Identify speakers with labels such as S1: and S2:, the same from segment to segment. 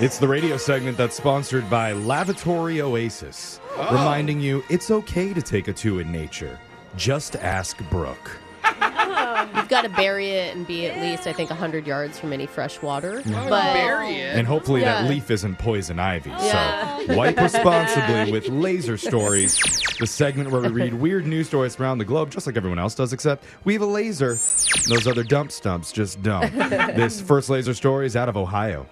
S1: It's the radio segment that's sponsored by Lavatory Oasis, reminding you it's okay to take a two in nature. Just ask Brooke.
S2: You've got to bury it and be at least, I think, 100 yards from any fresh water. But
S3: Bury it.
S1: And hopefully that
S2: Yeah.
S1: leaf isn't poison ivy. So
S2: Yeah.
S1: wipe responsibly with Laser Stories, the segment where we read weird news stories around the globe, just like everyone else does, except we have a laser. Those other dump stumps just dump. this first laser story is out of Ohio.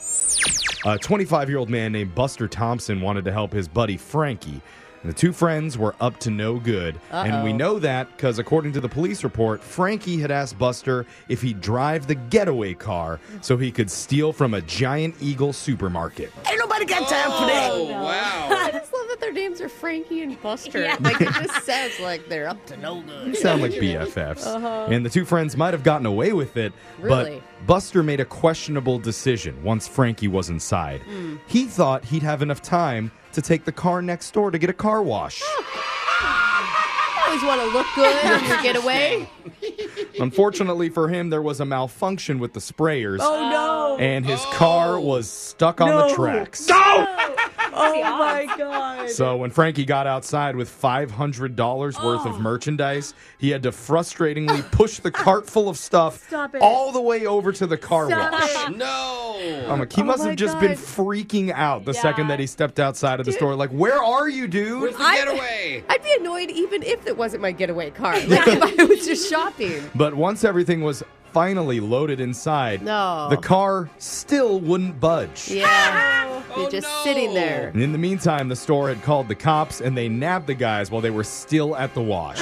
S1: A 25 year old man named Buster Thompson wanted to help his buddy Frankie. The two friends were up to no good. And we know that because, according to the police report, Frankie had asked Buster if he'd drive the getaway car so he could steal from a Giant Eagle supermarket.
S3: Oh, wow.
S2: I just love that their names are Frankie and Buster. Like, it just sounds like they're up to no good.
S1: They sound like BFFs. And the two friends might have gotten away with it,
S2: Really?
S1: but Buster made a questionable decision once Frankie was inside. He thought he'd have enough time to take the car next door to get a car wash.
S2: I always want to look good when you get away.
S1: Unfortunately for him, there was a malfunction with the sprayers,
S4: Oh no!
S1: and his car was stuck on the
S4: No.
S1: tracks.
S4: Oh my god!
S1: So when Frankie got outside with $500 worth
S4: Oh.
S1: of merchandise, he had to frustratingly push the cart full of stuff
S4: Stop it.
S1: all the way over to the car
S4: Stop
S1: wash.
S2: Oh.
S4: it.
S3: No.
S1: I'm like, he
S4: Oh
S1: must have
S4: my
S1: just been
S4: God.
S1: freaking out the
S4: Yeah.
S1: second that he stepped outside of the store. Like, where are you, dude?
S3: Where's the
S2: I-
S3: getaway?
S2: I'd be annoyed even if it wasn't my getaway car. Like, if I was just shopping.
S1: But once everything was finally loaded inside,
S2: No.
S1: the car still wouldn't budge.
S2: Yeah. You're just
S3: Oh, no.
S2: sitting there.
S1: And in the meantime, the store had called the cops and they nabbed the guys while they were still at the wash.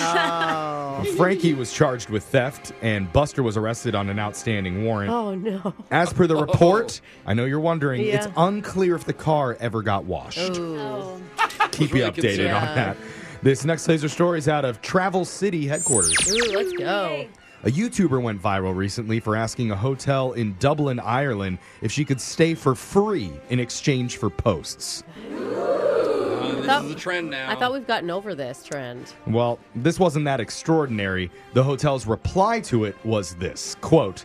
S1: Frankie was charged with theft and Buster was arrested on an outstanding warrant.
S2: Oh, no.
S1: As per the report, I know you're wondering,
S2: Yeah.
S1: it's unclear if the car ever got washed.
S4: Oh.
S1: Keep
S3: really
S1: you updated
S3: concerned.
S1: on that. This next laser story is out of Travel City headquarters.
S2: Ooh, let's go.
S1: A YouTuber went viral recently for asking a hotel in Dublin, Ireland, if she could stay for free in exchange for posts.
S3: Uh, this
S2: thought-
S3: is the trend now.
S2: I thought we've gotten over this trend.
S1: Well, this wasn't that extraordinary. The hotel's reply to it was this quote,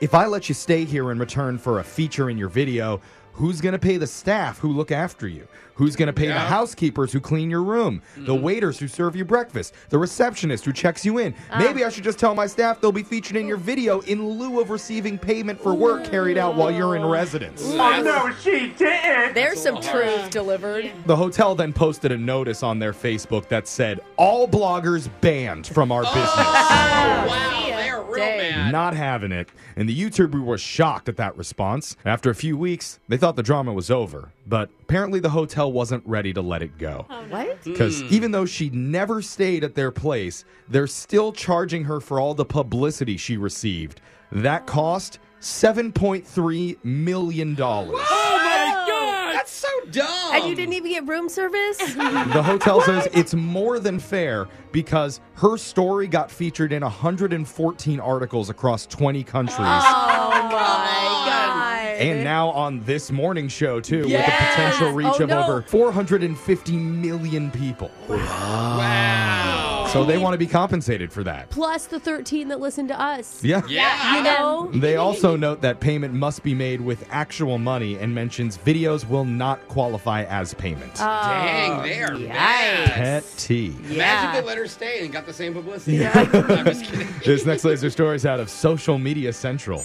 S1: If I let you stay here in return for a feature in your video, who's going to pay the staff who look after you? Who's going to pay the
S3: Yeah. Mm-hmm.
S1: housekeepers who clean your room? The waiters who serve you breakfast? The receptionist who checks you in?
S3: Ah.
S1: Maybe I should just tell my staff they'll be featured in your video in lieu of receiving payment for work carried out while you're in residence.
S3: That's-
S2: There's some truth delivered.
S1: The hotel then posted a notice on their Facebook that said, All bloggers banned from our business.
S3: Oh, wow. They're real
S2: Dang.
S3: mad.
S1: Not having it. And the YouTuber was shocked at that response. After a few weeks, they thought the drama was over. But apparently, the hotel wasn't ready to let it go.
S2: What?
S1: Because even though she never stayed at their place, they're still charging her for all the publicity she received. That cost $7.3 million.
S3: Oh, my God. That's so dumb.
S2: And you didn't even get room service?
S1: The hotel says it's more than fair because her story got featured in 114 articles across 20 countries.
S2: Oh my god.
S1: And now on this morning show, too,
S2: Yes!
S1: with a potential reach
S2: Oh,
S1: of
S2: no.
S1: over 450 million people.
S3: Wow.
S1: So they want to be compensated for that.
S2: Plus the 13 that listened to us.
S1: Yeah.
S3: Yeah.
S2: You know?
S1: They also note that payment must be made with actual money and mentions videos will not qualify as payment.
S2: Uh,
S3: Dang, they are
S2: Yikes.
S3: mad.
S1: Petty.
S3: Imagine
S2: Yeah.
S3: they let her stay and got the same publicity. I'm just kidding.
S1: this next laser story is out of Social Media Central.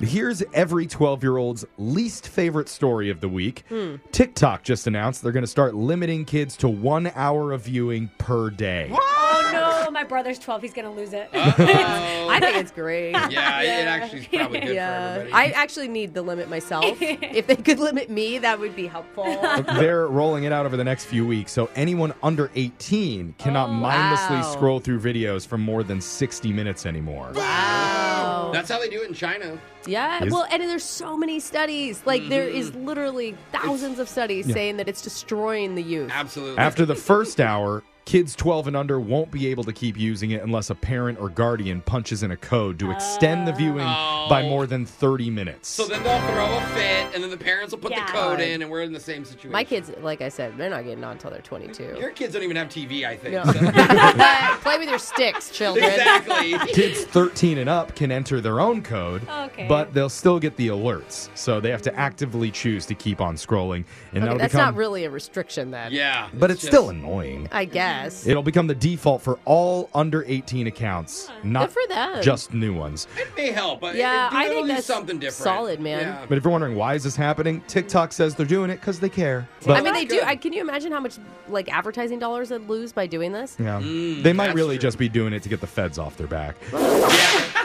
S1: Here's every 12 year old's least favorite story of the week.
S2: Hmm.
S1: TikTok just announced they're going to start limiting kids to one hour of viewing per day.
S4: Oh no! My brother's twelve. He's gonna lose it.
S2: I think it's great.
S3: Yeah, it actually is probably good for
S2: Yeah. I
S3: everybody.
S2: actually need the limit myself. if they could limit me, that would be helpful.
S1: They're rolling it out over the next few weeks, so anyone under 18 cannot mindlessly
S2: wow.
S1: scroll through videos for more than 60 minutes anymore.
S2: Wow.
S3: That's how they do it in China.
S2: Yeah.
S1: Is-
S2: Well, and there's so many studies. Like there
S3: Mm-hmm.
S2: is literally thousands of studies saying that it's destroying the youth.
S3: Absolutely.
S1: After the first hour, Kids 12 and under won't be able to keep using it unless a parent or guardian punches in a code to extend the viewing
S3: Oh.
S1: by more than 30 minutes.
S3: So then they'll throw a fit, and then the parents will put
S4: Yeah.
S3: the code in, and we're in the same situation.
S2: My kids, like I said, they're not getting on until they're 22.
S3: Your kids don't even have TV, I think.
S2: No.
S3: so-
S2: Play with your sticks, children.
S3: exactly.
S1: Kids 13 and up can enter their own code,
S4: Okay.
S1: but they'll still get the alerts. So they have to actively choose to keep on scrolling. And
S2: Okay,
S1: that'll
S2: that's
S1: become,
S2: not really a restriction then.
S3: Yeah.
S1: but it's,
S3: just-
S1: still annoying.
S2: I guess.
S1: It'll become the default for all under 18 accounts, not
S2: Good for them.
S1: just new ones.
S3: It may help, but
S2: Yeah,
S3: it, do
S2: I think
S3: at least
S2: that's
S3: something different.
S2: solid, man.
S3: Yeah.
S1: But if you're wondering why is this happening, TikTok says they're doing it because they care. But
S2: I mean, they
S3: that's
S2: do.
S3: good.
S2: I, can you imagine how much like advertising dollars they'd lose by doing this?
S1: yeah, they might
S3: Mm, that's
S1: really
S3: true.
S1: just be doing it to get the feds off their back.
S2: Oh.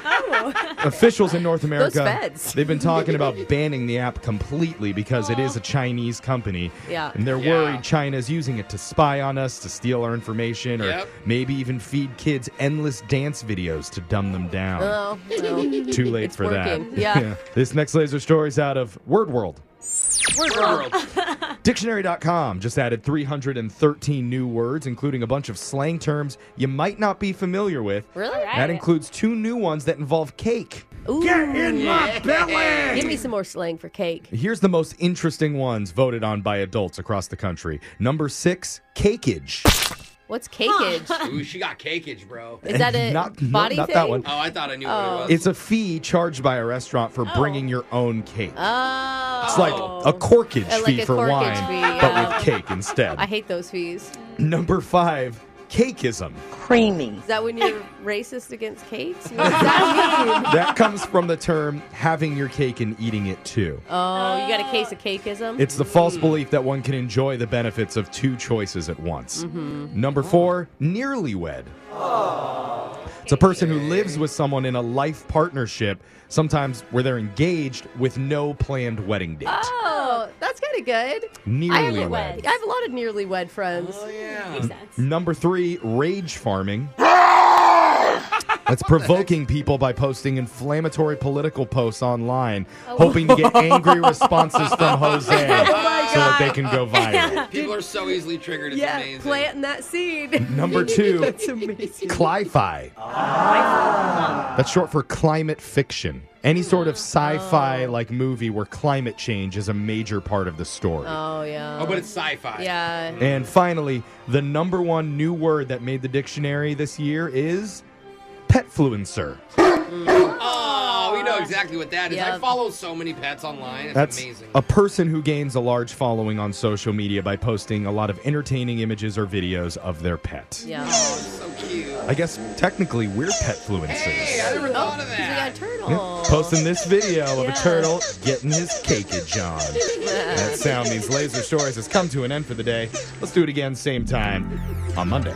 S1: Officials in North America,
S2: feds.
S1: they've been talking about banning the app completely because it is a Chinese company.
S2: Yeah.
S1: And they're
S3: Yeah.
S1: worried China's using it to spy on us, to steal our information, or
S3: Yep.
S1: maybe even feed kids endless dance videos to dumb them down.
S2: Oh, no.
S1: Too late
S2: It's
S1: for
S2: working.
S1: that.
S2: Yeah.
S1: This next laser story is out of Word World.
S3: World.
S1: Dictionary.com just added 313 new words, including a bunch of slang terms you might not be familiar with.
S2: really?
S4: Alright.
S1: That includes two new ones that involve cake.
S2: Ooh,
S3: Yeah.
S2: give me some more slang for cake.
S1: Here's the most interesting ones voted on by adults across the country. Number six, cakeage.
S2: What's cakeage?
S3: Ooh, she got cakeage, bro.
S2: Is that a
S1: Not- no,
S2: body
S1: not
S2: thing?
S1: that one.
S3: Oh, I thought I knew what it was.
S1: It's a fee charged by a restaurant for bringing your own cake.
S2: Oh,
S1: It's like a corkage
S2: Uh, like
S1: fee
S2: a
S1: for
S2: corkage
S1: wine,
S2: fee,
S1: but
S2: yeah.
S1: with cake instead.
S2: I hate those fees.
S1: Number five, cakeism.
S5: creamy.
S2: Is that when you're racist against cakes? What does that mean?
S1: that comes from the term having your cake and eating it too.
S2: Oh, Mm. you got a case of cakeism?
S1: It's the false belief that one can enjoy the benefits of two choices at once.
S2: Mm-hmm.
S1: Number
S2: Oh.
S1: four, nearly wed. It's a person who lives with someone in a life partnership, sometimes where they're engaged with no planned wedding date.
S2: oh, that's kind of good.
S1: nearly
S2: I,
S1: wed.
S2: I have a lot of nearly wed friends.
S3: Oh, yeah.
S4: Makes sense.
S1: Number three, rage farming. That's provoking people by posting inflammatory political posts online,
S2: Oh.
S1: hoping to get angry responses from Jose so that they can go viral.
S3: People are so easily triggered. It's
S2: yeah,
S3: amazing.
S2: planting that seed.
S1: Number two,
S2: That's amazing.
S1: Cli-fi. That's short for climate fiction. Any sort of sci-fi
S2: Oh.
S1: like movie where climate change is a major part of the story.
S2: Oh, yeah.
S3: Oh, but it's sci-fi.
S2: yeah.
S1: And finally, the number one new word that made the dictionary this year is petfluencer.
S3: Oh, we know exactly what that is.
S2: Yeah.
S3: I follow so many pets online. It's
S1: That's
S3: amazing.
S1: a person who gains a large following on social media by posting a lot of entertaining images or videos of their pet.
S2: Yeah.
S3: oh, it's so cute.
S1: I guess technically we're petfluencers.
S3: Hey, I never thought of
S2: We got a
S3: that.
S2: turtle.
S1: Posting this video of a
S2: Yeah.
S1: turtle getting his cakeage on. That sound means Laser Stories has come to an end for the day. Let's do it again, same time on Monday.